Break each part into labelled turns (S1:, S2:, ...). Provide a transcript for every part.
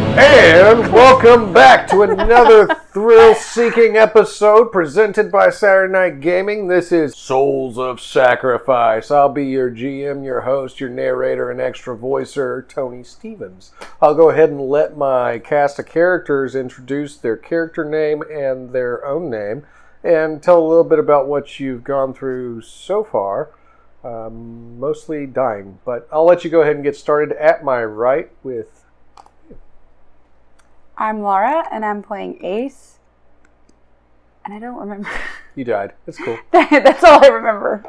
S1: And welcome back to another thrill seeking episode presented by Saturday Night Gaming. This is Souls of Sacrifice. I'll be your GM, your host, your narrator, and extra voicer, Tony Stevens. I'll go ahead and let my cast of characters introduce their character name and their own name and tell a little bit about what you've gone through so far. Um, mostly dying, but I'll let you go ahead and get started at my right with
S2: I'm Laura, and I'm playing Ace. And I don't remember.
S1: You died. It's cool.
S2: That's all I remember.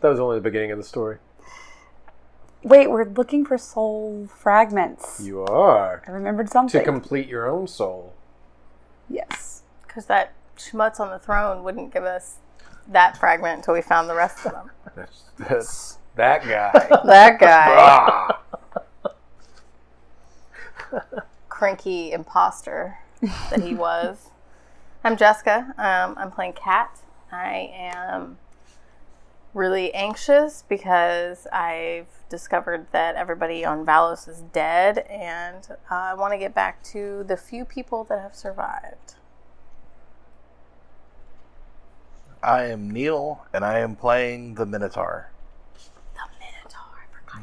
S1: That was only the beginning of the story.
S2: Wait, we're looking for soul fragments.
S1: You are.
S2: I remembered
S1: To
S2: something.
S1: complete your own soul.
S2: yes.
S3: because that schmutz on the throne wouldn't give us that fragment until we found the rest of them.
S1: That's, that's that guy.
S3: that guy,
S1: ah.
S3: cranky imposter that he was. I'm Jessica. Um, I'm playing Cat. I am really anxious because I've discovered that everybody on Valos is dead, and uh, I want to get back to the few people that have survived.
S4: I am Neil, and I am playing the Minotaur.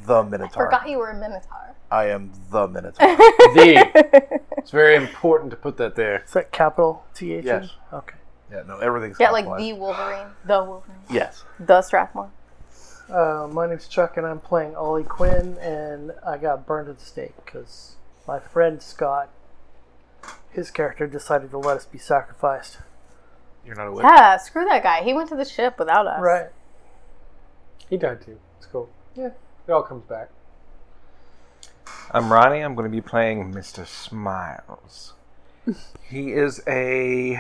S4: The Minotaur.
S3: Forgot you were a Minotaur.
S4: I am the Minotaur.
S1: The. It's very important to put that there.
S5: Is that capital T H? E?
S4: Yes.
S5: Okay.
S4: yeah, no, everything's
S3: Yeah, like the
S4: capitalized.
S3: Wolverine, the Wolverine,
S4: Yes.
S3: the Strathmore.
S5: Uh, my name's Chuck, and I'm playing Ollie Quinn, and I got burned at the stake because my friend Scott, his character, decided to let us be sacrificed.
S1: You're not aware.
S3: Yeah, screw that guy. He went to the ship without us.
S5: Right.
S1: He died too. It's cool. Yeah. It all comes back.
S6: I'm Ronnie. I'm going to be playing Mr. Smiles. he is a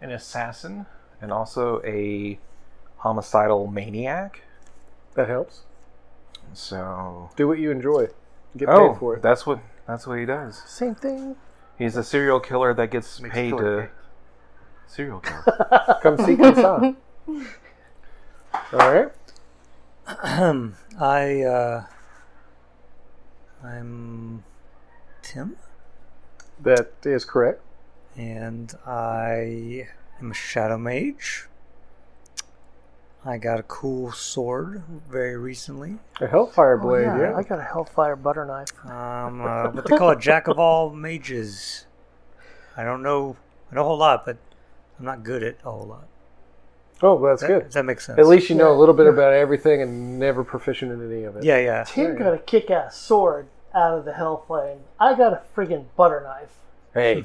S6: an assassin and also a homicidal maniac.
S1: That helps.
S6: So,
S1: Do what you enjoy. Get
S6: oh,
S1: paid for it.
S6: that's what that's what he does.
S5: Same thing.
S6: He's a serial killer that gets paid
S4: killer
S6: to serial killer.
S1: Come see Kansan. all right.
S7: I uh I'm Tim
S1: That is correct.
S7: and I am a shadow mage. I got a cool sword very recently.
S1: A Hellfire Blade,
S5: yeah,
S1: yeah.
S5: I got a Hellfire butter knife.
S7: Um uh, what they call a jack of all mages. I don't know I know a whole lot, but I'm not good at a whole lot.
S1: Oh, well, that's
S7: That,
S1: good.
S7: If that makes sense.
S1: At least you know a little bit about everything and never proficient in any of it.
S7: Yeah, yeah.
S5: Tim got a kick-ass sword out of the Hellflame. I got a friggin' butter knife.
S1: Hey.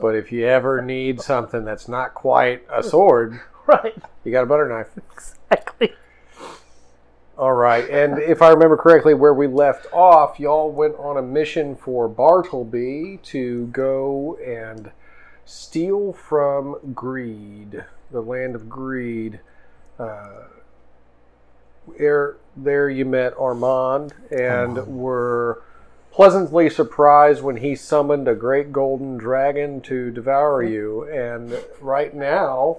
S1: but if you ever need something that's not quite a sword,
S5: Right.
S1: you got a butter knife.
S5: Exactly.
S1: All right. And if I remember correctly, where we left off, y'all went on a mission for Bartleby to go and steal from Greed, the land of Greed. Uh, there, there you met Armand and were pleasantly surprised when he summoned a great golden dragon to devour you. And right now,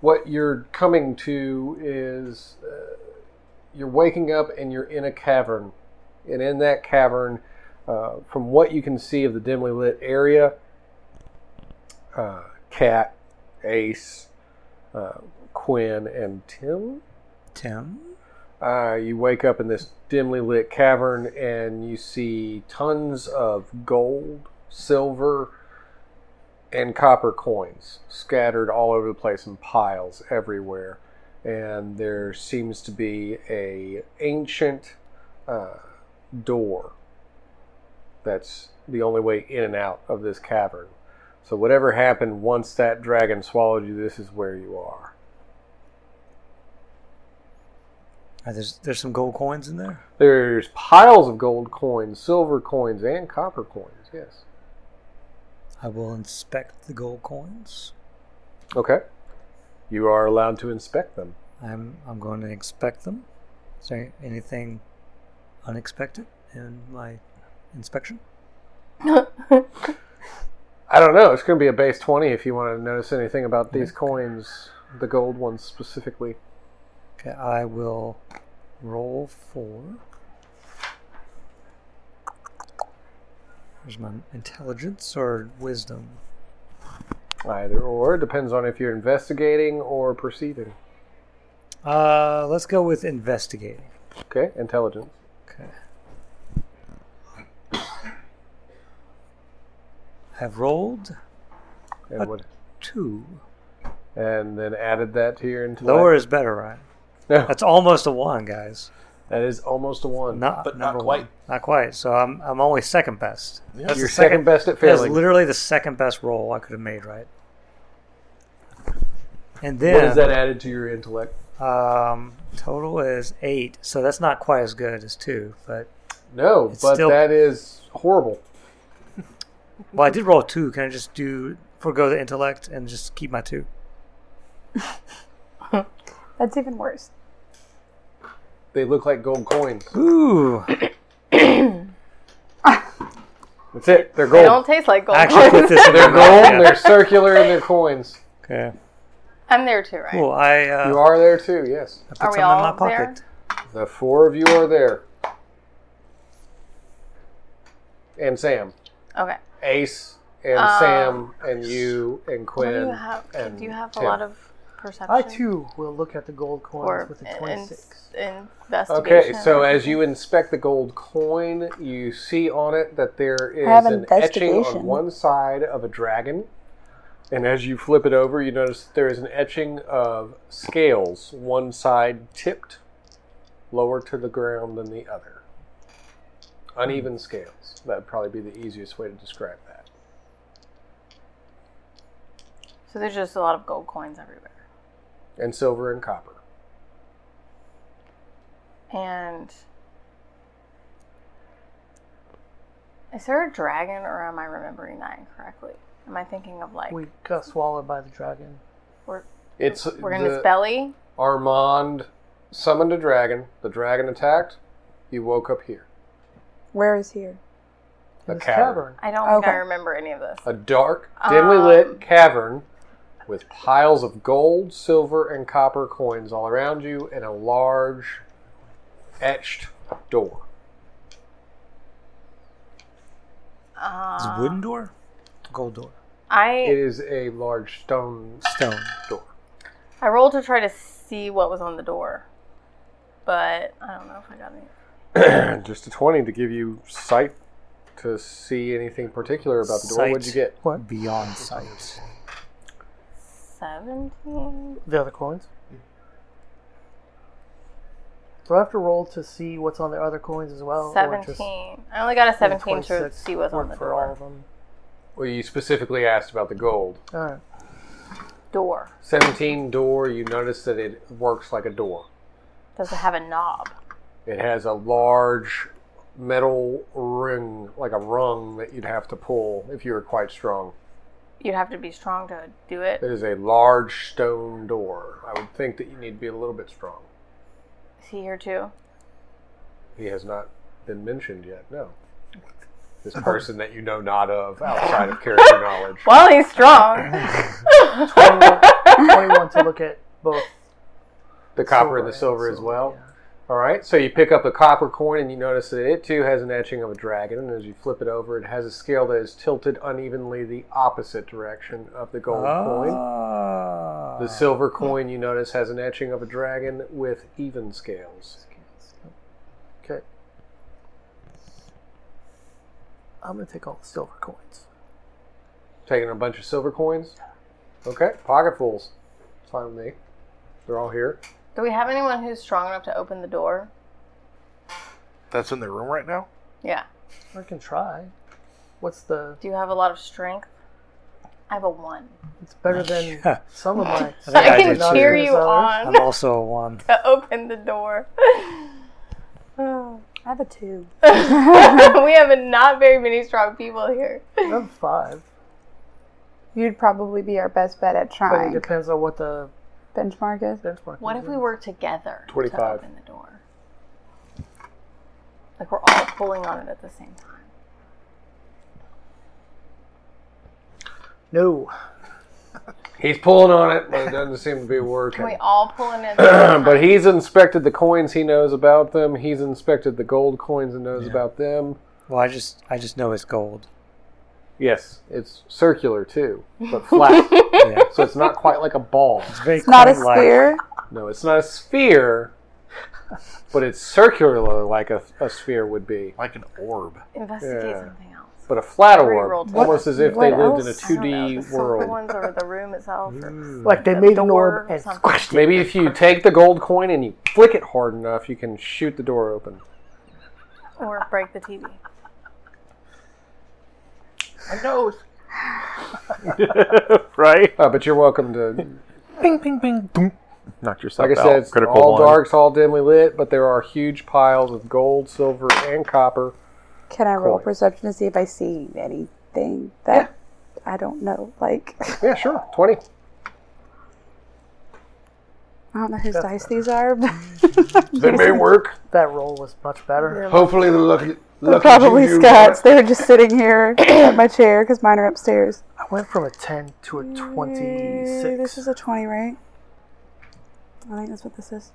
S1: what you're coming to is uh, you're waking up and you're in a cavern. And in that cavern, uh, from what you can see of the dimly lit area, uh, Cat, Ace, uh, Quinn, and Tim
S7: Tim.
S1: uh, you wake up in this dimly lit cavern and you see tons of gold, silver, and copper coins scattered all over the place in piles everywhere. And there seems to be a ancient uh, door. That's the only way in and out of this cavern. So whatever happened once that dragon swallowed you, this is where you are.
S7: Uh, there's there's some gold coins in there.
S1: There's piles of gold coins, silver coins, and copper coins. Yes.
S7: I will inspect the gold coins.
S1: Okay. You are allowed to inspect them.
S7: I'm I'm going to expect them. Is there anything unexpected in my inspection?
S1: I don't know. It's going to be a base twenty if you want to notice anything about these coins, the gold ones specifically.
S7: Okay, I will roll four. There's my intelligence or wisdom.
S1: Either or. It depends on if you're investigating or perceiving.
S7: Uh, let's go with investigating.
S1: Okay, intelligence.
S7: Okay. I've rolled
S1: And, what,
S7: two.
S1: and then added that to your intellect.
S7: Lower is better, right?
S1: No,
S7: That's almost a one, guys.
S1: that is almost a one.
S7: Not,
S4: But not
S7: number
S4: quite.
S7: One. Not quite. So I'm I'm only second best.
S4: Yeah.
S1: You're second best at
S7: That's
S1: failing.
S7: literally the second best roll I could have made, right? And then
S1: What is that added to your intellect?
S7: Um, total is eight, so that's not quite as good as two. But
S1: No,
S7: It's
S1: but
S7: still-
S1: that is horrible.
S7: well, I did roll two. Can I just do forego the intellect and just keep my two?
S2: That's even worse.
S1: They look like gold coins.
S7: Ooh, I
S1: That's it. They're
S3: They don't
S1: gold.
S3: taste like gold.
S7: actually put this in
S1: They're
S7: my mouth,
S1: gold.
S7: yeah.
S1: They're circular and they're coins.
S7: Okay,
S3: I'm there too, right?
S7: cool. I uh,
S1: You are there too. Yes,
S7: I put
S3: Are we
S7: some in my
S3: all there?
S7: pocket.
S1: the four of you are there. And Sam,
S3: Okay.
S1: Ace, and
S3: Uh,
S1: Sam, and you, and
S3: What do
S1: Quinn.
S3: you have?
S1: and
S3: do you have a
S1: Tim.
S3: lot of perception?
S5: I too will look at the gold coins
S3: or
S5: with a
S3: in-
S5: 26.
S3: in- investigation.
S1: Okay, so as you inspect the gold coin, you see on it that there is
S2: have
S1: an etching on
S2: investigation.
S1: one side of a dragon. And as you flip it over, you notice there is an etching of scales, one side tipped lower to the ground than the other. Uneven scales. That would probably be the easiest way to describe that.
S3: So there's just a lot of gold coins everywhere.
S1: And silver and copper.
S3: And is there a dragon, or am I remembering that incorrectly? Am I thinking of like
S5: We got swallowed by the dragon.
S3: we're,
S1: It's
S3: we're E? in
S1: the-
S3: his belly?
S1: Armand summoned a dragon. The dragon attacked. You woke up here.
S2: Where is here?
S1: The
S5: In this
S1: cavern.
S5: cavern.
S3: I don't think I
S2: Okay.
S3: remember any of this.
S1: A dark, dimly
S3: Um.
S1: lit cavern with piles of gold, silver, and copper coins all around you and a large etched door.
S7: Is it wooden door, gold door,
S1: It
S3: Uh, I
S1: is a large stone
S7: stone.
S1: door.
S3: I rolled to try to see what was on the door, but I don't know if I got any.
S1: Just a 20 to give you sight to see anything particular about the door. What'd you
S7: Sight.
S1: get?
S5: What?
S7: Beyond sight.
S3: Seventeen.
S5: The other coins. Do I have to roll to see what's on the other coins as well? or just-
S3: Seventeen. I only got a seventeen to
S5: 26
S3: see what's on the
S5: for all
S3: door.
S5: of them.
S1: Well, you specifically asked about the gold.
S5: All right.
S3: Door.
S1: 17 door, you notice that it works like a door.
S3: Does it have a knob?
S1: It has a large metal ring, like a rung that you'd have to pull if you were quite strong.
S3: You'd have to be strong to do it.
S1: It is a large stone door. I would think that you need to be a little bit strong.
S3: Is he here too?
S1: He has not been mentioned yet, no. This person that you know not of outside of character knowledge.
S3: Well, he's strong.
S5: 21, 21 to look at both.
S1: The copper and the silver as well. All right, so you pick up a copper coin and you notice that it too has an etching of a dragon. And as you flip it over, it has a scale that is tilted unevenly the opposite direction of the gold coin.
S7: Ah.
S1: The silver coin you notice has an etching of a dragon with even scales.
S5: Okay. I'm gonna take all the silver coins.
S1: Taking a bunch of silver coins. Okay, pocketfuls. It's fine with me. They're all here.
S3: do we have anyone who's strong enough to open the door?
S4: That's in the room right now?
S3: Yeah.
S5: I can try. What's the?
S3: Do you have a lot of strength? I have a one.
S5: It's better than
S7: Yeah.
S5: some of my.
S7: I think
S3: I
S7: I
S3: can
S7: do too.
S3: cheer you
S7: I'm
S3: on
S7: also a one.
S3: to open the door. Oh.
S2: I have a two.
S3: we have not very many strong people here.
S5: I'm five,
S2: You'd probably be our best bet at
S5: but it
S2: trying.
S5: depends on what the
S2: Benchmark is.
S5: benchmark.
S3: What if
S5: is.
S1: Mm-hmm.
S3: we work together
S1: 25.
S3: to open the door? Like we're all pulling on it at the same time.
S5: No,
S1: He's pulling on it, but it doesn't seem to be working.
S3: Can we all pull in at the same time?
S1: but he's inspected the coins he knows about them. He's inspected the gold coins and knows about them.
S7: Well, I just I just know it's gold.
S1: Yes, it's circular too, but flat.
S7: Yeah.
S1: so it's not quite like a ball.
S7: It's very
S2: It's not a
S7: coin-like.
S2: square.
S1: No, it's not a sphere, but it's circular like a, a sphere would be.
S4: Like an orb.
S3: Investigate
S1: Yeah.
S3: something else.
S1: But a flat
S3: Already
S1: orb,
S3: rolled twice.
S1: almost as if
S2: What
S1: they lived
S2: else?
S3: I don't know,
S1: in a
S3: the
S1: 2D
S3: silver
S1: world. Mm.
S3: ones or the room itself. or-
S5: Like they
S3: The
S5: made an
S3: door
S5: orb
S3: or
S5: and
S3: something.
S5: squished it.
S1: Maybe if you take the gold coin and you flick it hard enough, you can shoot the door open.
S3: or break the TV.
S4: I know.
S6: Right?
S1: Uh, but you're welcome to.
S6: Ping, ping, ping. Boom. Knock yourself
S1: Like I
S6: out.
S1: said, it's
S6: Critical
S1: all
S6: one.
S1: dark, it's all dimly lit, but there are huge piles of gold, silver, and copper.
S2: Can I roll
S1: Coin.
S2: perception to see if I see anything that I don't know? Like, I
S1: Yeah, sure. 20.
S2: don't know whose dice these are, but
S1: They may work.
S5: That roll was much better.
S1: Hopefully, the lucky. lucky
S2: probably
S1: juju-
S2: Scott's. They were just sitting here at my chair because mine are upstairs.
S5: I went from a 10 to a
S2: Ooh, This
S5: 26.
S2: is a 20, right? I think that's what this is.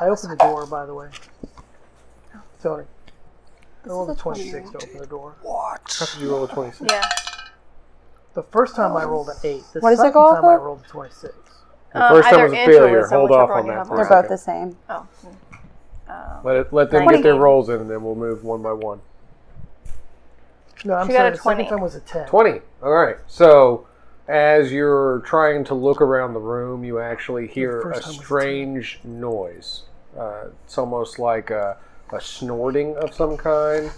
S5: I opened the door, by the way.
S3: Oh.
S5: Tony. I rolled a
S2: is a
S5: 26 to open the door.
S1: Did you roll a 26?
S3: Yeah.
S5: The first time I rolled an 8. The
S2: What does it
S5: second
S2: go off
S5: time I
S2: of?
S5: rolled a 26.
S1: The first time
S3: either
S1: was a
S3: inch or
S1: failure.
S3: wisdom,
S1: Hold
S3: whichever
S1: off
S3: one
S1: on
S3: you
S1: that
S3: have
S1: for
S2: They're
S1: a
S3: left.
S2: both
S1: second.
S2: the same.
S3: Oh. mm. Uh,
S1: Let, it, let them get their rolls in, and then we'll move one by one.
S5: No, I'm
S3: She got
S5: sorry.
S3: a
S5: The second
S3: 20.
S5: time was a 10.
S1: 20. All right. So, as you're trying to look around the room, you actually hear a strange noise. Uh, it's almost like a, a snorting of some kind.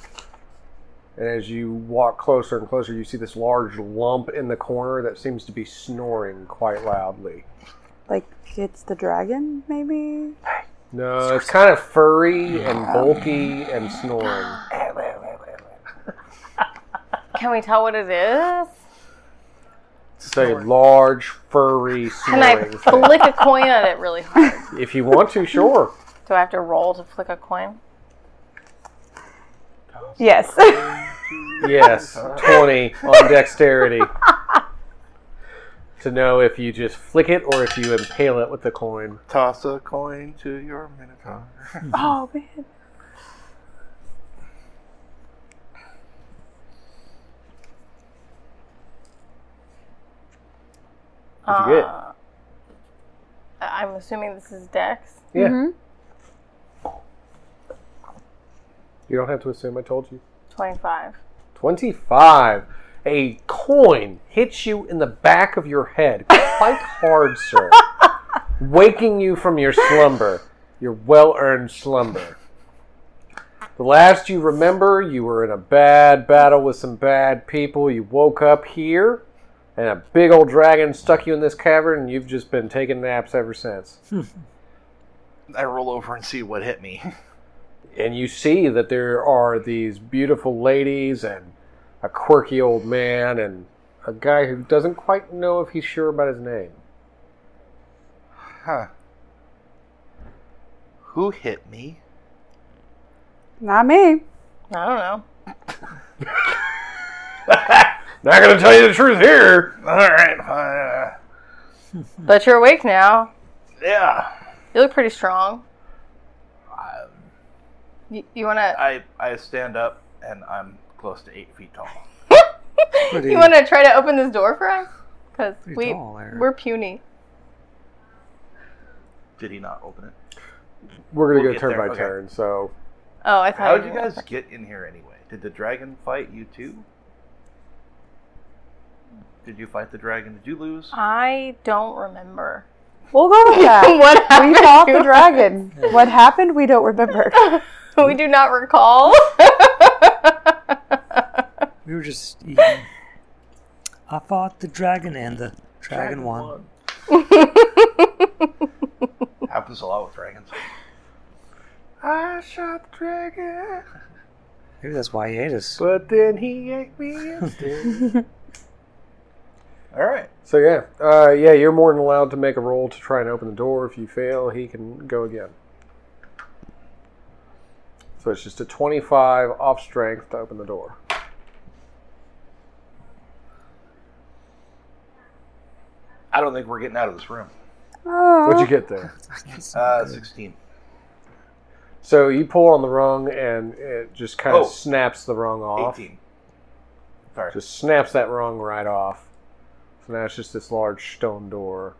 S1: And as you walk closer and closer, you see this large lump in the corner that seems to be snoring quite loudly.
S2: Like, it's the dragon, maybe?
S1: No, it's kind of furry and bulky and snoring.
S3: Can we tell what it is?
S1: It's a large, furry
S3: Can I
S1: snoring. thing.
S3: flick a coin at it really hard?
S1: If you want to, sure.
S3: Do I have to roll to flick a coin?
S2: Yes.
S1: Yes, 20 on dexterity. to know if you just flick it or if you impale it with the coin.
S4: Toss a coin to your minotaur.
S2: oh, man.
S1: What'd you get?
S3: Uh, I- I'm assuming this is Dex.
S1: Yeah. You don't have to assume I told you.
S3: 25.
S1: 25. A coin hits you in the back of your head quite hard, sir, waking you from your slumber, your well earned slumber. The last you remember, you were in a bad battle with some bad people. You woke up here, and a big old dragon stuck you in this cavern, and you've just been taking naps ever since.
S4: I roll over and see what hit me.
S1: and you see that there are these beautiful ladies and a quirky old man and a guy who doesn't quite know if he's sure about his name.
S4: Huh. Who hit me?
S2: Not me.
S3: I don't know.
S1: Not gonna tell you the truth here.
S4: All right. Uh,
S3: But you're awake now.
S4: yeah.
S3: You look pretty strong. You, you wanna
S4: I I stand up and I'm close to eight feet tall.
S7: Pretty,
S3: you wanna try to open this door for us? Because
S7: pretty
S3: we
S7: tall there.
S3: we're puny.
S4: Did he not open it?
S1: We're gonna
S4: We'll
S1: go
S4: get
S1: turn
S4: there,
S1: by
S4: okay.
S1: turn. So
S3: Oh, I thought.
S4: How did
S3: you
S4: you
S3: were-
S4: guys get in here anyway? Did the dragon fight you too? Did you fight the dragon? Did you lose?
S3: I don't remember.
S2: We'll go with that.
S3: what
S2: we
S3: happened
S2: fought the
S3: to
S2: dragon. What happened, we don't remember.
S3: us? We do not recall.
S7: we were just eating. I fought the dragon and the dragon, one.
S6: Um,
S4: Happens a lot with dragons.
S1: I shot the dragon,
S7: Maybe that's why he ate us.
S1: but then he ate me instead.
S4: All right.
S1: so yeah, uh, yeah, you're more than allowed to make a roll to try and open the door. If you fail, he can go again. So it's just a 25 off strength to open the door.
S4: I don't think we're getting out of this room.
S2: Oh.
S7: Uh,
S1: What'd you get there?
S4: Uh, 16.
S1: So you pull on the rung, and it just kind
S6: Oh.
S1: of snaps the rung off.
S6: 18. Sorry.
S1: Just snaps that rung right off. So now it's just this large stone door.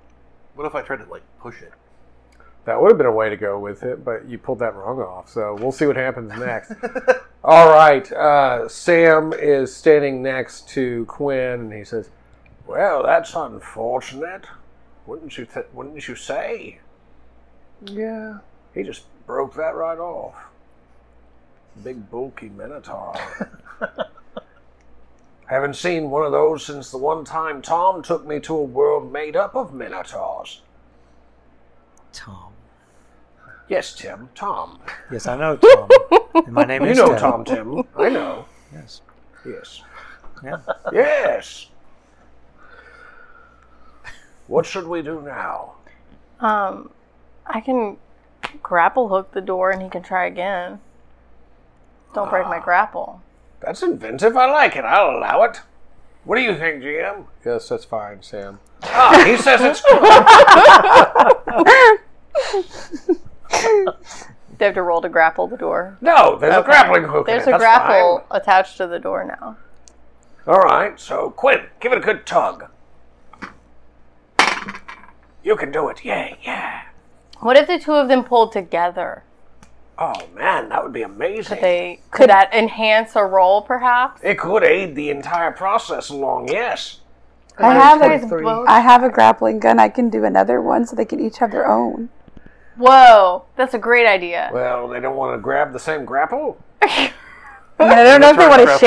S4: What if I tried to like push it?
S1: That would have been a way to go with it, but you pulled that rung off. So we'll see what happens next. All right. Uh, Sam is standing next to Quinn, and he says, "Well, that's unfortunate. Wouldn't you? Th- wouldn't you say?
S5: Yeah.
S1: He just broke that right off. Big bulky minotaur. Haven't seen one of those since the one time Tom took me to a world made up of minotaurs.
S7: Tom.
S1: Yes, Tim. Tom.
S7: Yes, I know Tom. and my name
S1: You
S7: is
S1: know
S7: Tim.
S1: Tom. Tim. I know.
S7: Yes.
S1: Yes.
S7: Yeah.
S1: Yes. What should we do now?
S3: Um, I can grapple hook the door and he can try again. Don't break
S1: Ah.
S3: my grapple.
S1: That's inventive. I like it. I'll allow it. What do you think, GM? Yes, that's fine, Sam. Ah, he says it's good.
S3: They have to roll to grapple the door.
S1: No, there's a grappling hook. in
S3: There's
S1: it.
S3: a
S1: That's
S3: grapple attached to the door now.
S1: fine. All right. So Oh, Quinn, give it a good tug. You can do it. Yeah, yeah.
S3: What if the two of them pulled together?
S1: Oh man, that would be amazing.
S3: Could they could that enhance a roll perhaps?
S1: It could aid the entire process along. Yes.
S2: I have a,
S5: 23.
S2: I have a grappling gun. I can do another one, so they can each have their own.
S3: Whoa, that's a great idea.
S1: Well, they don't want to grab the same grapple.
S2: I, mean, I don't know if they
S6: trying
S2: want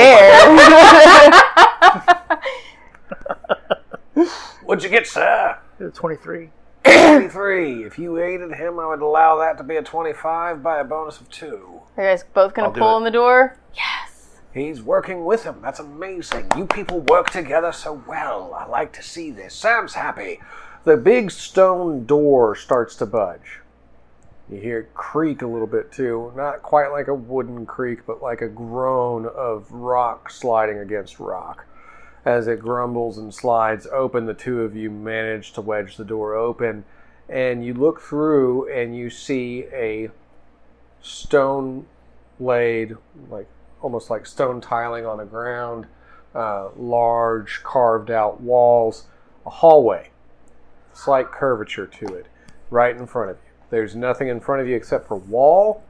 S6: to
S2: to
S6: grapple
S2: share.
S1: What'd you get, sir?
S5: Twenty-three.
S1: 23. If you aided him, I would allow that to be a 25 by a bonus of 2.
S3: Are you guys both gonna
S4: I'll do
S3: pull
S4: it.
S3: in the door?
S1: He's working with him. That's amazing. You people work together so well. I like to see this. Sam's happy. The big stone door starts to budge. You hear it creak a little bit too. Not quite like a wooden creak, but like a groan of rock sliding against rock. As it grumbles and slides open, the two of you manage to wedge the door open. And you look through and you see a stone laid, like almost like stone tiling on the ground, uh, large carved out walls, a hallway, slight curvature to it, right in front of you. There's nothing in front of you except for wall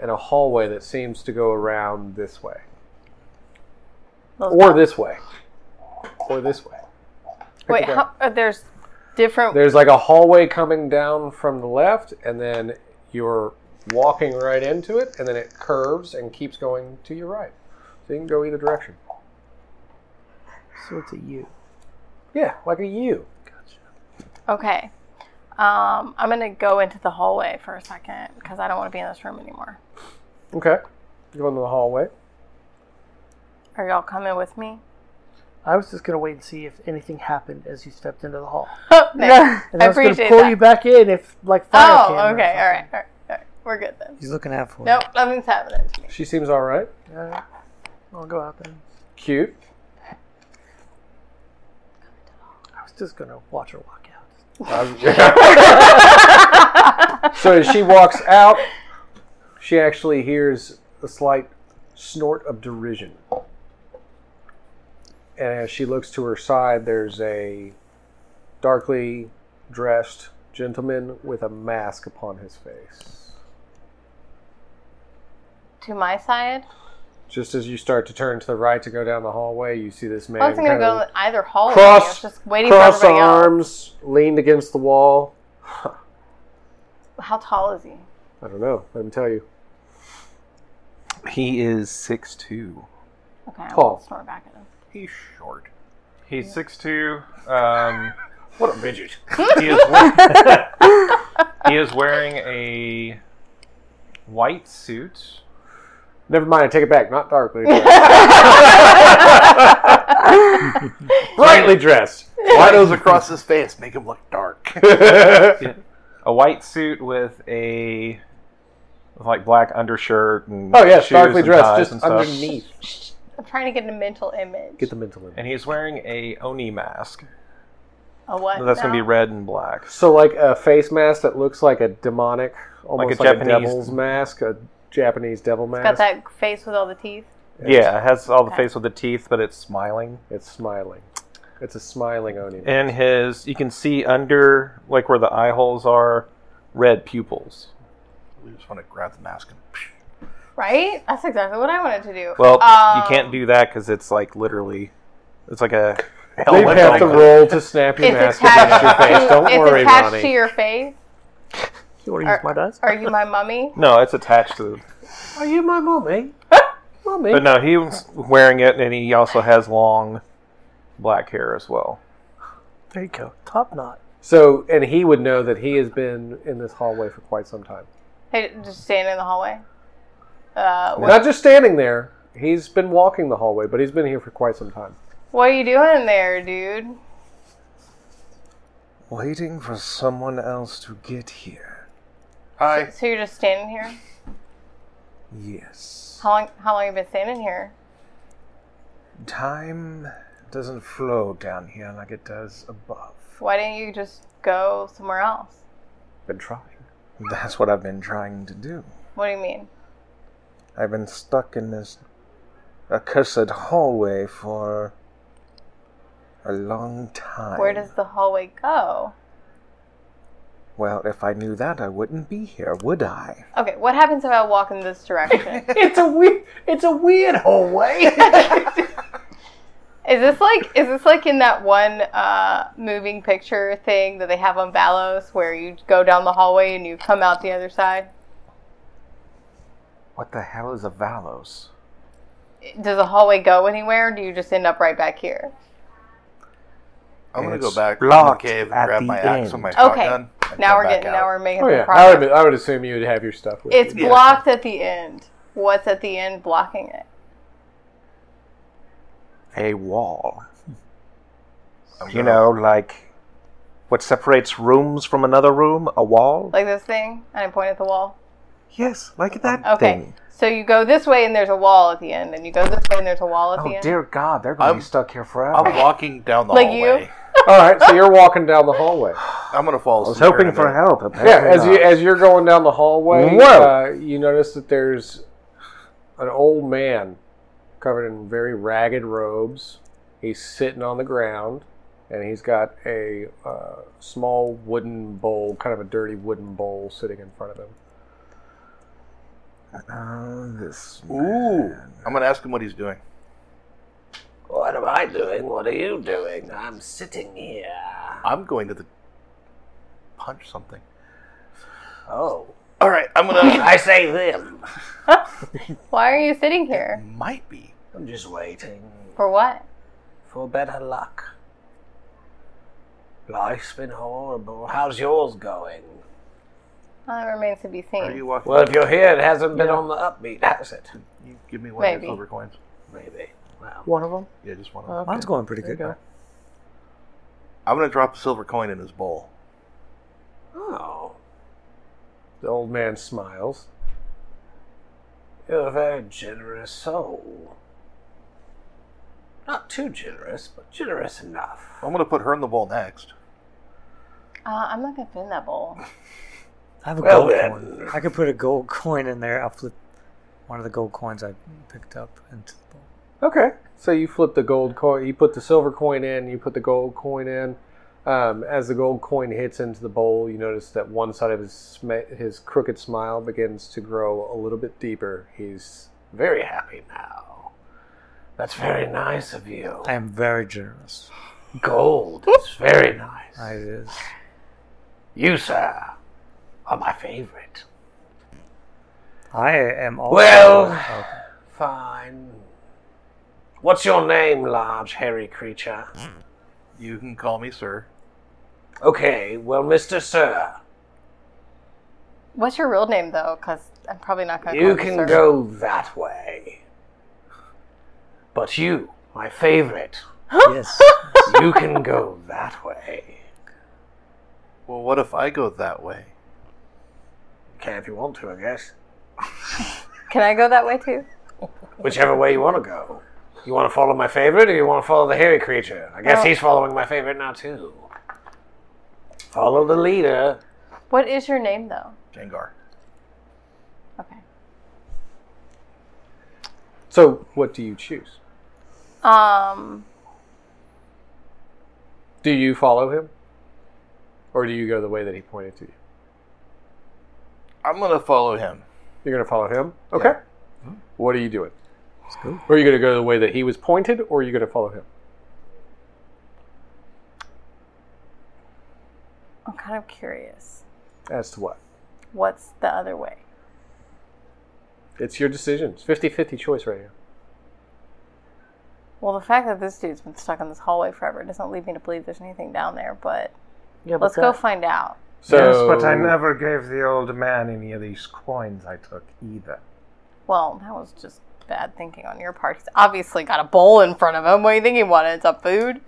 S1: and a hallway that seems to go around this way,
S3: Those
S1: or this way, or this way.
S3: Wait, how, uh, there's different
S1: There's like a hallway coming down from the left, and then you're walking right into it, and then it curves and keeps going to your right. So you can go either direction.
S5: So it's a U.
S1: Yeah, like a U.
S3: Okay. Um, I'm gonna go into the hallway for a second because I don't want to be in this room anymore.
S1: Okay. Go into the hallway.
S3: Are y'all coming with me?
S5: I was just gonna wait and see if anything happened as you stepped into the hall,
S3: Thanks.
S5: and I,
S3: I
S5: was gonna
S3: appreciate
S5: pull
S3: that.
S5: you back in if like fire
S3: oh,
S5: came
S3: okay. All right,
S5: or
S3: all right. All right. We're good then.
S7: He's looking out for
S3: Nope, nothing's happening to me.
S1: She seems all right.
S5: something. All right. I'll go out then.
S1: Cute.
S5: I was just gonna watch her walk out.
S1: so as she walks out, she actually hears a slight snort of derision. And as she looks to her side, there's a darkly dressed gentleman with a mask upon his face.
S3: To my side.
S1: Just as you start to turn to the right to go down the hallway, you see this man.
S3: I wasn't gonna
S1: kinda
S3: go in either hallway. Oh, I was
S1: cross,
S3: just waiting
S1: cross
S3: for everybody
S1: arms, leaned against the wall.
S3: else. How tall is he?
S1: I don't know. Let me tell you.
S6: He is six two.
S3: Okay, I'm
S1: Tall.
S3: gonna snort back at him.
S4: He's short.
S6: He's six two. Um,
S4: What a midget.
S6: he is. we- he is wearing a white suit.
S1: Never mind. I take it back. Not darkly. Brightly dressed.
S4: Shadows across his face make him look dark.
S1: Oh,
S6: A white suit with a with like black undershirt and
S1: Oh yes,
S6: shoes
S1: darkly
S6: and
S1: dressed,
S6: ties
S1: just
S6: and stuff.
S1: underneath.
S3: I'm trying to get a mental image.
S1: Get the mental in.
S6: And he's wearing a oni mask.
S3: A what?
S6: No, that's going to be
S3: now?
S6: red and black.
S1: So like a face mask that looks like a demonic, almost
S6: a
S1: like a,
S6: Japanese-
S1: devil's mask, a Japanese devil mask.
S3: Got that face with all the teeth.
S6: Yeah, it has all the
S3: Okay.
S6: face with the teeth, but it's smiling.
S1: It's smiling. It's a smiling Oni.
S6: And his, you can see under, like where the eye holes are, red pupils.
S4: We just want to grab the mask and.
S3: Right? That's exactly what I wanted to do.
S6: Well,
S3: Um,
S6: you can't do that because it's like literally, it's like a
S1: Leave
S6: helmet.
S1: half the
S6: on.
S1: roll to snap your mask
S3: It's attached,
S1: against your face.
S3: to,
S1: Don't
S3: it's
S1: worry,
S3: attached
S1: Ronnie.
S3: to your face.
S5: You want to use
S3: Are-
S5: my dice?
S3: Are you my mummy?
S6: No, it's attached to. The,
S1: Are you my mommy? mommy.
S6: but no, he was wearing it, and he also has long black hair as well.
S5: There you go. Top knot.
S1: So, and he would know that he has been in this hallway for quite some time.
S3: Hey, just standing in the hallway. Uh, what,
S1: Not just standing there. He's been walking the hallway, but he's been here for quite some time.
S3: what are you doing there, dude?
S6: Waiting for someone else to get here.
S4: Hi.
S3: So you're just standing here?
S6: Yes.
S3: How long? How long you been standing here?
S6: Time doesn't flow down here like it does above.
S3: Why didn't you just go somewhere else?
S1: Been trying.
S6: That's what I've been trying to do.
S3: What do you mean?
S6: I've been stuck in this accursed hallway for a long time.
S3: Where does the hallway go?
S6: Well, if I knew that, I wouldn't be here, would I?
S3: Okay, what happens if I walk in this direction?
S1: It's a weird. It's a weird hallway.
S3: Is this like is this like in that one uh, moving picture thing that they have on Valos where you go down the hallway and you come out the other side?
S6: What the hell is a Valos?
S3: Does the hallway go anywhere or do you just end up right back here?
S4: I'm gonna
S6: It's
S4: go back to the
S6: locked
S4: cave and
S6: at
S4: grab
S6: the
S4: my axe with
S6: end.
S4: my
S3: Okay.
S4: shotgun. and
S3: Now
S4: come
S3: we're
S4: back
S3: getting
S4: out.
S3: now we're making
S1: oh
S3: some
S1: yeah, I
S3: progress.
S1: would, I would assume you would have your stuff with
S3: It's
S1: you.
S3: blocked at the end. What's at the end blocking it?
S6: A wall.
S4: I'm
S6: You
S4: gonna-
S6: know, like what separates rooms from another room? A wall?
S3: Like this thing? And I point at the wall.
S6: yes, like that
S3: Okay.
S6: thing.
S3: So you go this way and there's a wall at the end, and you go this way and there's a wall at the
S6: Oh
S3: end.
S6: dear God, they're going to
S4: I'm-
S6: be stuck here forever.
S4: I'm walking down the
S3: Like
S4: hallway.
S3: you?
S1: All right, so you're walking down the hallway.
S4: I'm gonna fall
S6: I was
S4: asleep.
S6: hoping for
S4: help.
S6: help.
S1: Yeah,
S6: apparently
S1: as you
S6: not.
S1: as you're going down the hallway,
S6: Whoa.
S1: uh, you notice that there's an old man covered in very ragged robes. He's sitting on the ground, and he's got a uh, small wooden bowl, kind of a dirty wooden bowl, sitting in front of him.
S6: Oh, this
S4: Ooh.
S6: man.
S4: I'm gonna ask him what he's doing.
S8: What am I doing? What are you doing? I'm sitting here.
S4: I'm going to the punch something.
S8: Oh.
S4: All right, I'm gonna.
S8: I say them.
S3: Why are you sitting here?
S4: Might be.
S8: I'm just waiting
S3: For what?
S8: for better luck. Life's been horrible. How's yours going?
S3: Well, Uh, it remains to be
S4: Are
S3: seen.
S4: you walking?
S8: Well, if you're here, it hasn't been on the upbeat, has it?
S4: You give me one of your
S3: Maybe.
S4: silver coins.
S8: Maybe. Wow.
S5: One of them.
S4: Yeah, just one. Of them.
S5: Okay.
S7: Mine's going pretty
S5: There you
S7: good.
S5: go.
S4: I'm gonna drop a silver coin in his bowl.
S8: Oh.
S1: The old man smiles.
S8: You're a very generous soul. Not too generous, but generous enough.
S4: I'm gonna put her in the bowl next.
S3: Uh, I'm not gonna fit in that bowl.
S7: I have a
S8: Well
S7: gold
S8: then.
S7: coin. I could put a gold coin in there. I'll flip one of the gold coins I picked up into the bowl.
S1: Okay. So you flip the gold coin. You put the silver coin in. You put the gold coin in. Um, as the gold coin hits into the bowl, you notice that one side of his sm- his crooked smile begins to grow a little bit deeper. He's
S8: Very happy now. That's very nice of you.
S7: I am very generous.
S8: Gold. It's very nice.
S7: I it is.
S8: You, sir, are my favorite.
S7: I am also.
S8: Well-
S7: Oh,
S8: Fine. What's your name, large hairy creature?
S4: You can call me sir.
S8: Okay, well, Mr. Sir,
S3: What's your real name though? Because I'm probably not gonna.
S8: you
S3: call
S8: can
S3: sir.
S8: go that way. But you, my favorite,
S7: yes.
S8: you can go that way.
S4: Well, what if I go that way?
S8: Can if you want to, I guess.
S3: Can I go that way too?
S8: Whichever way you want to go. You want to follow my favorite, or you want to follow the hairy creature? I guess
S3: No.
S8: he's following my favorite now, too.
S5: Follow the leader.
S3: What is your name, though?
S4: Jengar.
S3: Okay.
S1: So, what do you choose?
S3: Um,
S1: Do you follow him? Or do you go the way that he pointed to you?
S4: I'm gonna follow him.
S1: You're going to follow him? Okay. What are you doing?
S7: Let's go.
S1: Are you going to go the way that he was pointed, or are you going to follow him?
S3: I'm kind of curious.
S1: As to what?
S3: What's the other way?
S1: It's your decision. It's 50 50 choice right here.
S3: Well, the fact that this dude's been stuck in this hallway forever doesn't lead me to believe there's anything down there, but
S9: Yeah, but
S3: let's go
S9: that-
S3: find out.
S1: So,
S6: yes, but I never gave the old man any of these coins I took either.
S3: Well, that was just bad thinking on your part. He's obviously got a bowl in front of him. What do you think he wanted? Some food?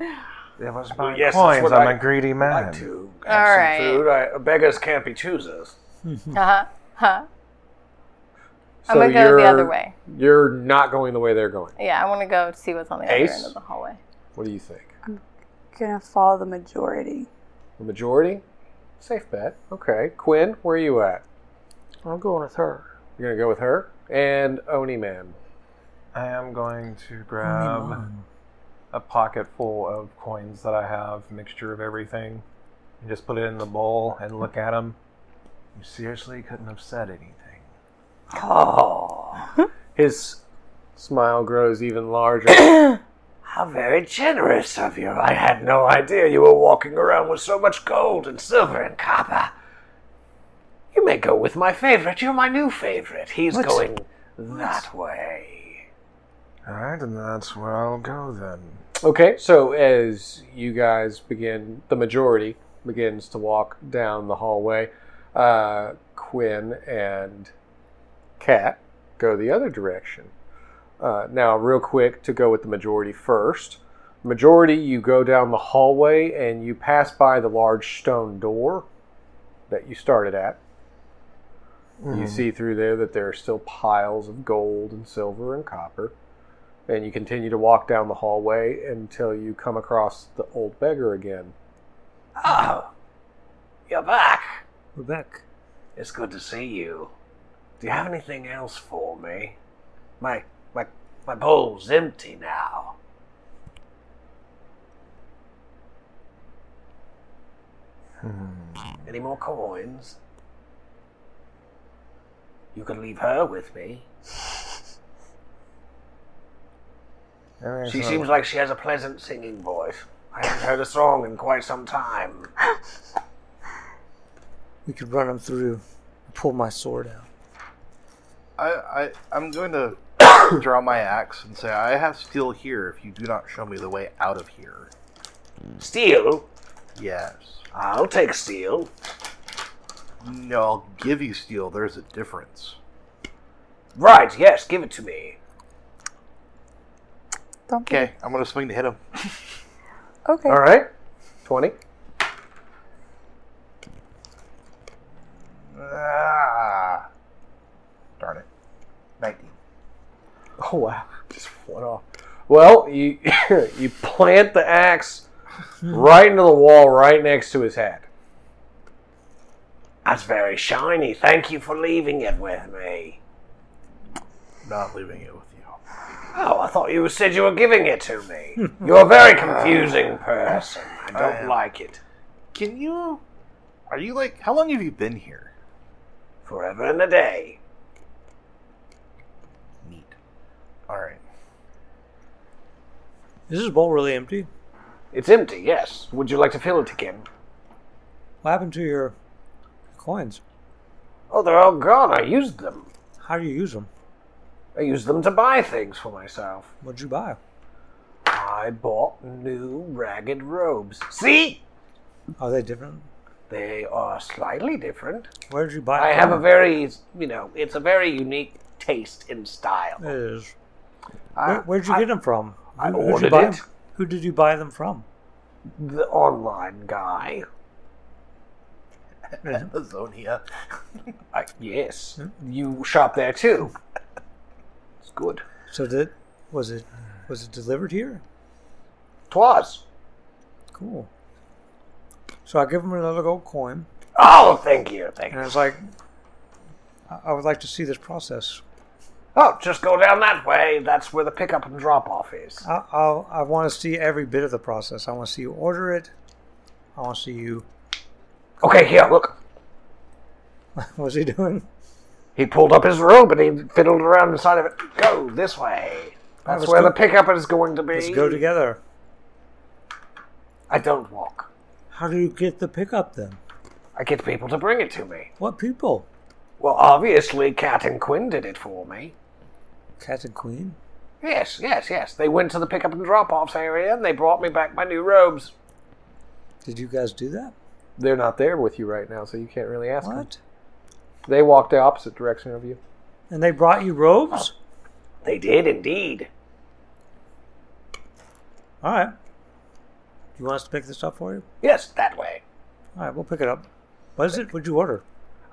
S6: It was my
S5: yes, that's
S6: coins.
S5: what
S6: I'm
S5: I
S6: a greedy
S5: I
S6: man.
S5: too.
S3: All
S5: Have some
S3: right.
S5: food. I, beggars can't be choosers.
S3: Uh-huh. Huh.
S1: so
S3: I'm going to go the other
S1: you're-
S3: way.
S1: You're not going the way they're going.
S3: Yeah, I want to go see what's on the
S1: Ace?
S3: other end of the hallway.
S1: What do you think?
S2: Gonna follow the majority.
S1: The majority? Safe bet. Okay. Quinn, where are you at?
S9: I'm going with her.
S1: You're going to go with her? And Oni Man.
S6: I am going to grab a pocket full of coins that I have, mixture of everything, and just put it in the bowl and look at them. You seriously couldn't have said anything.
S5: Oh,
S1: His smile grows even larger.
S5: how very generous of you. I had no idea you were walking around with so much gold and silver and copper. You may go with my favorite. You're my new favorite. He's going that way.
S6: All right, and that's where I'll go then.
S1: okay, so as you guys begin, the majority begins to walk down the hallway, uh, Quinn and Cat go the other direction. Uh, now, real quick to go with the majority first. Majority, you go down the hallway and you pass by the large stone door that you started at.
S4: Mm-hmm.
S6: Hmm.
S1: You see through there that there are still piles of gold and silver and copper. And you continue to walk down the hallway until you come across the old beggar again.
S5: Oh, you're back.
S7: We're back.
S5: It's good to see you. Do you have anything else for me? My my my bowl's empty now.
S6: Hmm.
S5: Any more coins? You can leave her with me.
S6: There is
S5: She
S6: a-
S5: seems like she has a pleasant singing voice. I haven't heard a song in quite some time.
S7: We could run him through. Pull my sword out.
S4: I, I I'm going to draw my axe and say I have steel here. If you do not show me the way out of here,
S5: Steel?
S4: yes.
S5: I'll take steel.
S4: No, I'll give you steel. There's a difference.
S5: Right, yes, give it to me.
S2: Don't be-
S4: Okay, I'm gonna swing to hit him.
S2: Okay.
S1: All right. 20.
S4: Ah, darn it. Nineteen.
S1: Oh, wow. Just one off. Well, you, you plant the axe right into the wall right next to his head.
S5: That's very shiny. Thank you for leaving it with me.
S4: Not leaving it with you.
S5: Oh, I thought you said you were giving it to me. You're a very confusing person. I
S4: I
S5: don't
S4: am.
S5: like it.
S4: Can you? Are you like? How long have you been here?
S5: Forever and a day.
S4: Neat. All right.
S7: Is this bowl really empty?
S5: It's empty, yes. Would you like to fill it again?
S7: What happened to your coins?
S5: Oh, they're all gone. I used them.
S7: How do you use them?
S5: I used them to buy things for myself.
S7: What'd you buy?
S5: I bought new ragged robes. See?
S7: Are they different?
S5: They are slightly different.
S7: Where did you buy?
S5: I
S7: them?
S5: have a very, you know, it's a very unique taste and style.
S7: It is.
S5: I-
S7: Where, where'd you get them from?
S5: I
S7: Who- who'd you
S5: ordered
S7: buy
S5: it.
S7: Them? Who did you buy them from?
S5: The online guy.
S4: Amazonia.
S5: I, yes. You shop there too. It's good.
S7: So did was it was it delivered here?
S5: Twas.
S7: Cool. So I give him another gold coin,
S8: Oh, thank you. Thank
S7: and
S8: you.
S7: I was like, I I would like to see this process.
S8: Oh, just go down that way. That's where the pickup and drop off is.
S7: I, I'll, I want to see every bit of the process. I want to see you order it. I want to see you.
S8: Okay, here, look.
S7: What's he doing?
S8: He pulled up his robe and he fiddled around inside of it. Go this way. That's
S7: let's
S8: where
S7: go-
S8: the pickup is going to be.
S7: Let's go together.
S8: I don't walk.
S7: How do you get the pickup then?
S8: I get people to bring it to me.
S7: What people?
S8: Well, obviously, Cat and Quinn did it for me.
S7: Cat and Queen?
S8: Yes, yes, yes. They went to the pickup and drop offs area and they brought me back my new robes.
S7: Did you guys do that?
S1: They're not there with you right now, so you can't really ask them.
S7: What?
S1: They walk the opposite direction of you.
S7: And they brought you robes?
S8: They did indeed.
S7: All right. You want us to pick this up for you?
S8: Yes, that way.
S7: All right, we'll pick it up. What is it? What'd you order?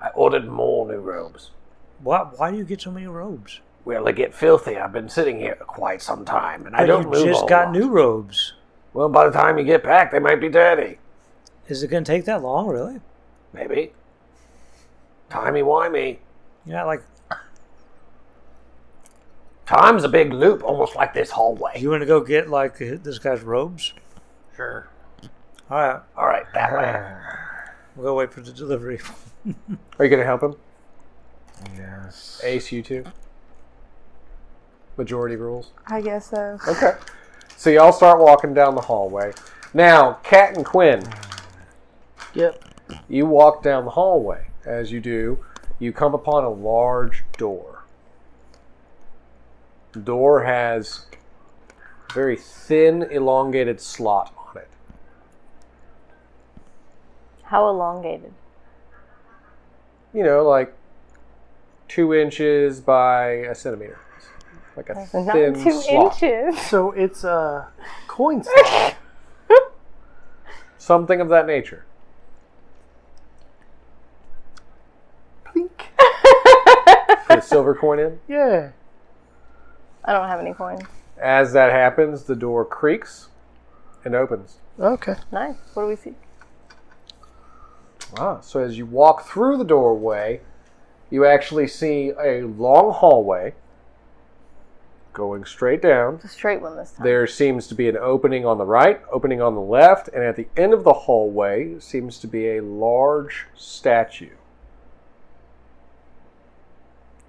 S8: I ordered more new robes.
S7: Why, why do you get so many robes?
S8: Well, they get filthy. I've been sitting here quite some time, and I
S7: But
S8: don't
S7: you
S8: move a
S7: just
S8: whole
S7: got
S8: lot.
S7: new robes.
S8: Well, by the time you get back, they might be dirty.
S7: Is it going to take that long, really?
S8: Maybe. Timey wimey.
S7: You're not like,
S8: Time's a big loop, almost like this hallway.
S7: you want to go get like uh, this guy's robes?
S6: Sure.
S7: All right,
S8: All right, that way.
S7: we'll go wait for the delivery.
S1: Are you going to help him?
S6: Yes.
S1: Ace, you two. Majority rules.
S2: I guess uh, so.
S1: Okay. So y'all start walking down the hallway. Now, Cat and Quinn,
S5: Yep.
S1: you walk down the hallway. As you do, you come upon a large door. The door has a very thin, elongated slot on it.
S3: How elongated?
S1: You know, like two inches by a centimeter. Like a
S3: Not
S1: thin
S3: two
S1: slot.
S3: inches.
S5: So it's uh, a coin slot.
S1: Something of that nature.
S5: Plink.
S1: Put a silver coin in.
S5: Yeah.
S3: I don't have any coins.
S1: As that happens, the door creaks and opens.
S5: Okay.
S3: Nice. What do we see?
S1: Wow. So as you walk through the doorway, you actually see a long hallway going straight down.
S3: The straight one this time.
S1: There seems to be an opening on the right, opening on the left, and at the end of the hallway seems to be a large statue.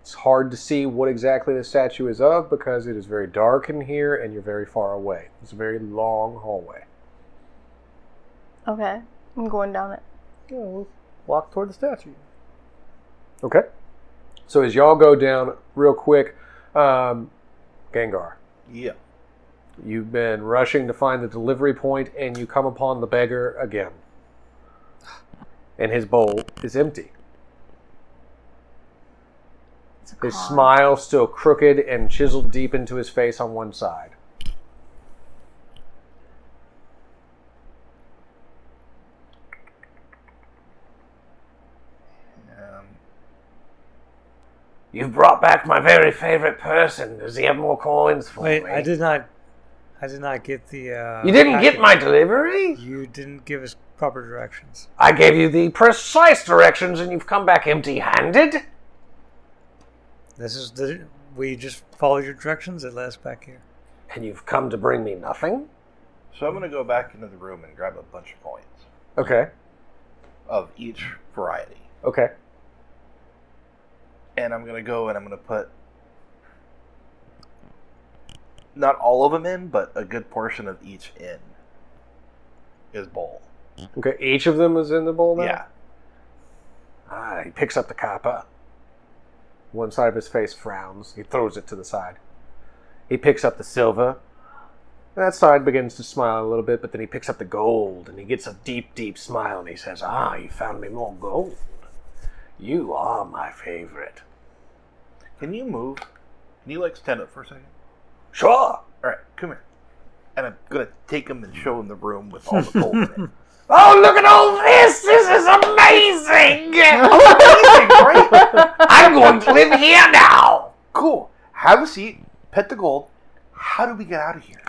S1: It's hard to see what exactly the statue is of because it is very dark in here and you're very far away. It's a very long hallway.
S3: Okay. I'm going down it.
S5: Yeah, we'll walk toward the statue.
S1: Okay. So as y'all go down real quick, um, Gengar,
S4: Yeah.
S1: you've been rushing to find the delivery point, and you come upon the beggar again, and his bowl is empty. His smile still crooked and chiseled deep into his face on one side.
S4: Um,
S8: You've brought back my very favorite person. Does he have more coins for
S7: Wait,
S8: me?
S7: I did not, I did not get the. Uh,
S8: Oh, You didn't get
S7: package.
S8: my delivery?
S7: You didn't give us proper directions.
S8: I gave you the precise directions and you've come back empty handed?
S7: This is the we just followed your directions. It led us back here.
S8: And you've come to bring me nothing?
S4: so I'm going to go back into the room and grab a bunch of coins
S1: Okay.
S4: of each variety.
S1: Okay.
S4: and I'm gonna go and I'm gonna put not all of them in, but a good portion of each in his bowl.
S1: Okay. Each of them is in the bowl now.
S4: Yeah,
S8: Ah, he picks up the copper.
S1: One side of his face frowns. He throws it to the side. He picks up the silver. That side begins to smile a little bit, but then he picks up the gold and he gets a deep, deep smile and he says, Ah, you found me more gold.
S8: You are my favorite.
S4: can you move? Can you like stand up for a second?
S8: Sure.
S4: All right, come here. And I'm gonna take him and show him the room with all the gold in it.
S8: Oh, look at all this! This is amazing! amazing, right? I'm going to live here now!
S4: Cool. Have a seat. Pet the gold. How do we get out of here?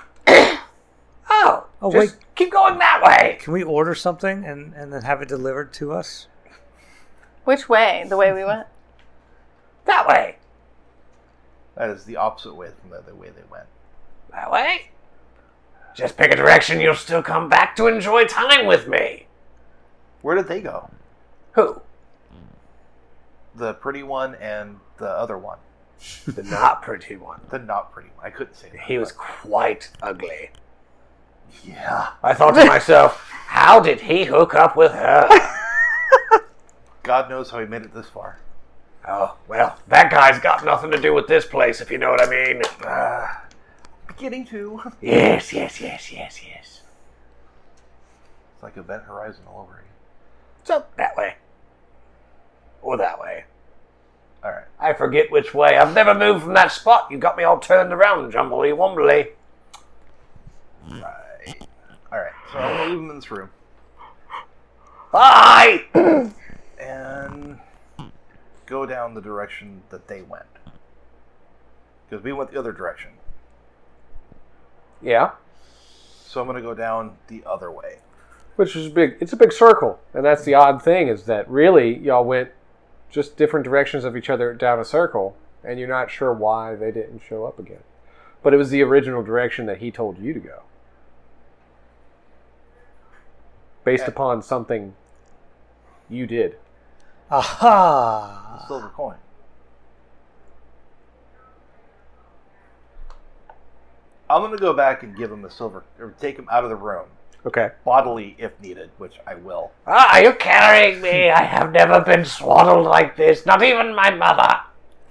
S8: Oh,
S7: Oh
S8: Just
S7: wait,
S8: keep going that way.
S7: can we order something and, and then have it delivered to us?
S3: Which way? The way we went?
S8: That way.
S4: That is the opposite way from the other way they went.
S8: That way. Just pick a direction. You'll still come back to enjoy time with me.
S4: Where did they go?
S8: Who?
S4: The pretty one and the other one.
S8: The not pretty one.
S4: The not pretty one. I couldn't say that.
S8: He was quite ugly.
S4: Yeah.
S8: I thought to myself, how did he hook up with her?
S4: God knows how he made it this far.
S8: Oh, well, that guy's got nothing to do with this place, if you know what I mean. Ah,
S4: Beginning to.
S8: yes, yes, yes, yes, yes.
S4: It's like Event Horizon all over again.
S8: So, that way. Or that way.
S4: All right.
S8: I forget which way. I've never moved from that spot. You got me all turned around, jumbly wumbly.
S4: All right. So I'm gonna leave him in this room,
S8: Bye!
S4: and go down the direction that they went. Because we went the other direction.
S8: Yeah?
S4: So I'm gonna go down the other way.
S1: which is big. It's a big circle, and that's the odd thing is that really y'all went just different directions of each other down a circle, and you're not sure why they didn't show up again. But it was the original direction that he told you to go, based
S4: Okay.
S1: upon something you did.
S7: Aha!
S4: The silver coin. I'm gonna go back and give him the silver, or take him out of the room
S1: Okay.
S4: bodily if needed, which I will.
S8: Ah, you're carrying me. I have never been swaddled like this, not even my mother.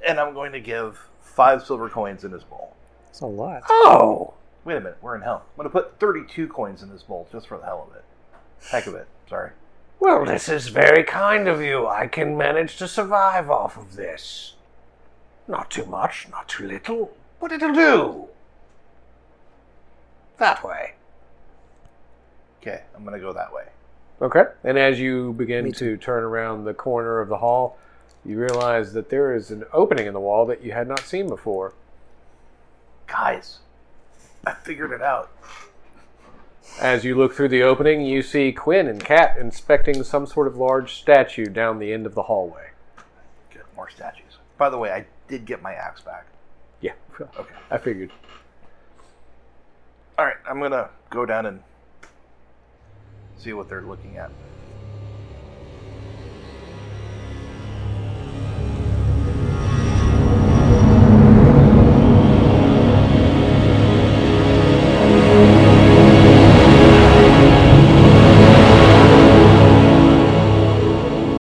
S4: And I'm going to give five silver coins in his bowl.
S7: That's a lot.
S8: Oh!
S4: Wait a minute, we're in hell. I'm gonna put 32 coins in this bowl just for the hell of it. Heck of it. Sorry.
S8: Well, this is very kind of you. I can manage to survive off of this. Not too much, not too little, but it'll do. That way.
S4: Okay, I'm gonna go that way.
S1: Okay. And as you begin
S7: Me
S1: to turn around the corner of the hall, you realize that there is an opening in the wall that you had not seen before.
S4: Guys, I figured it out.
S1: As you look through the opening, you see Quinn and Kat inspecting some sort of large statue down the end of the hallway.
S4: Good, more statues. By the way, I did get my axe back.
S1: Yeah, I figured.
S4: All right, I'm gonna go down and see what they're looking at.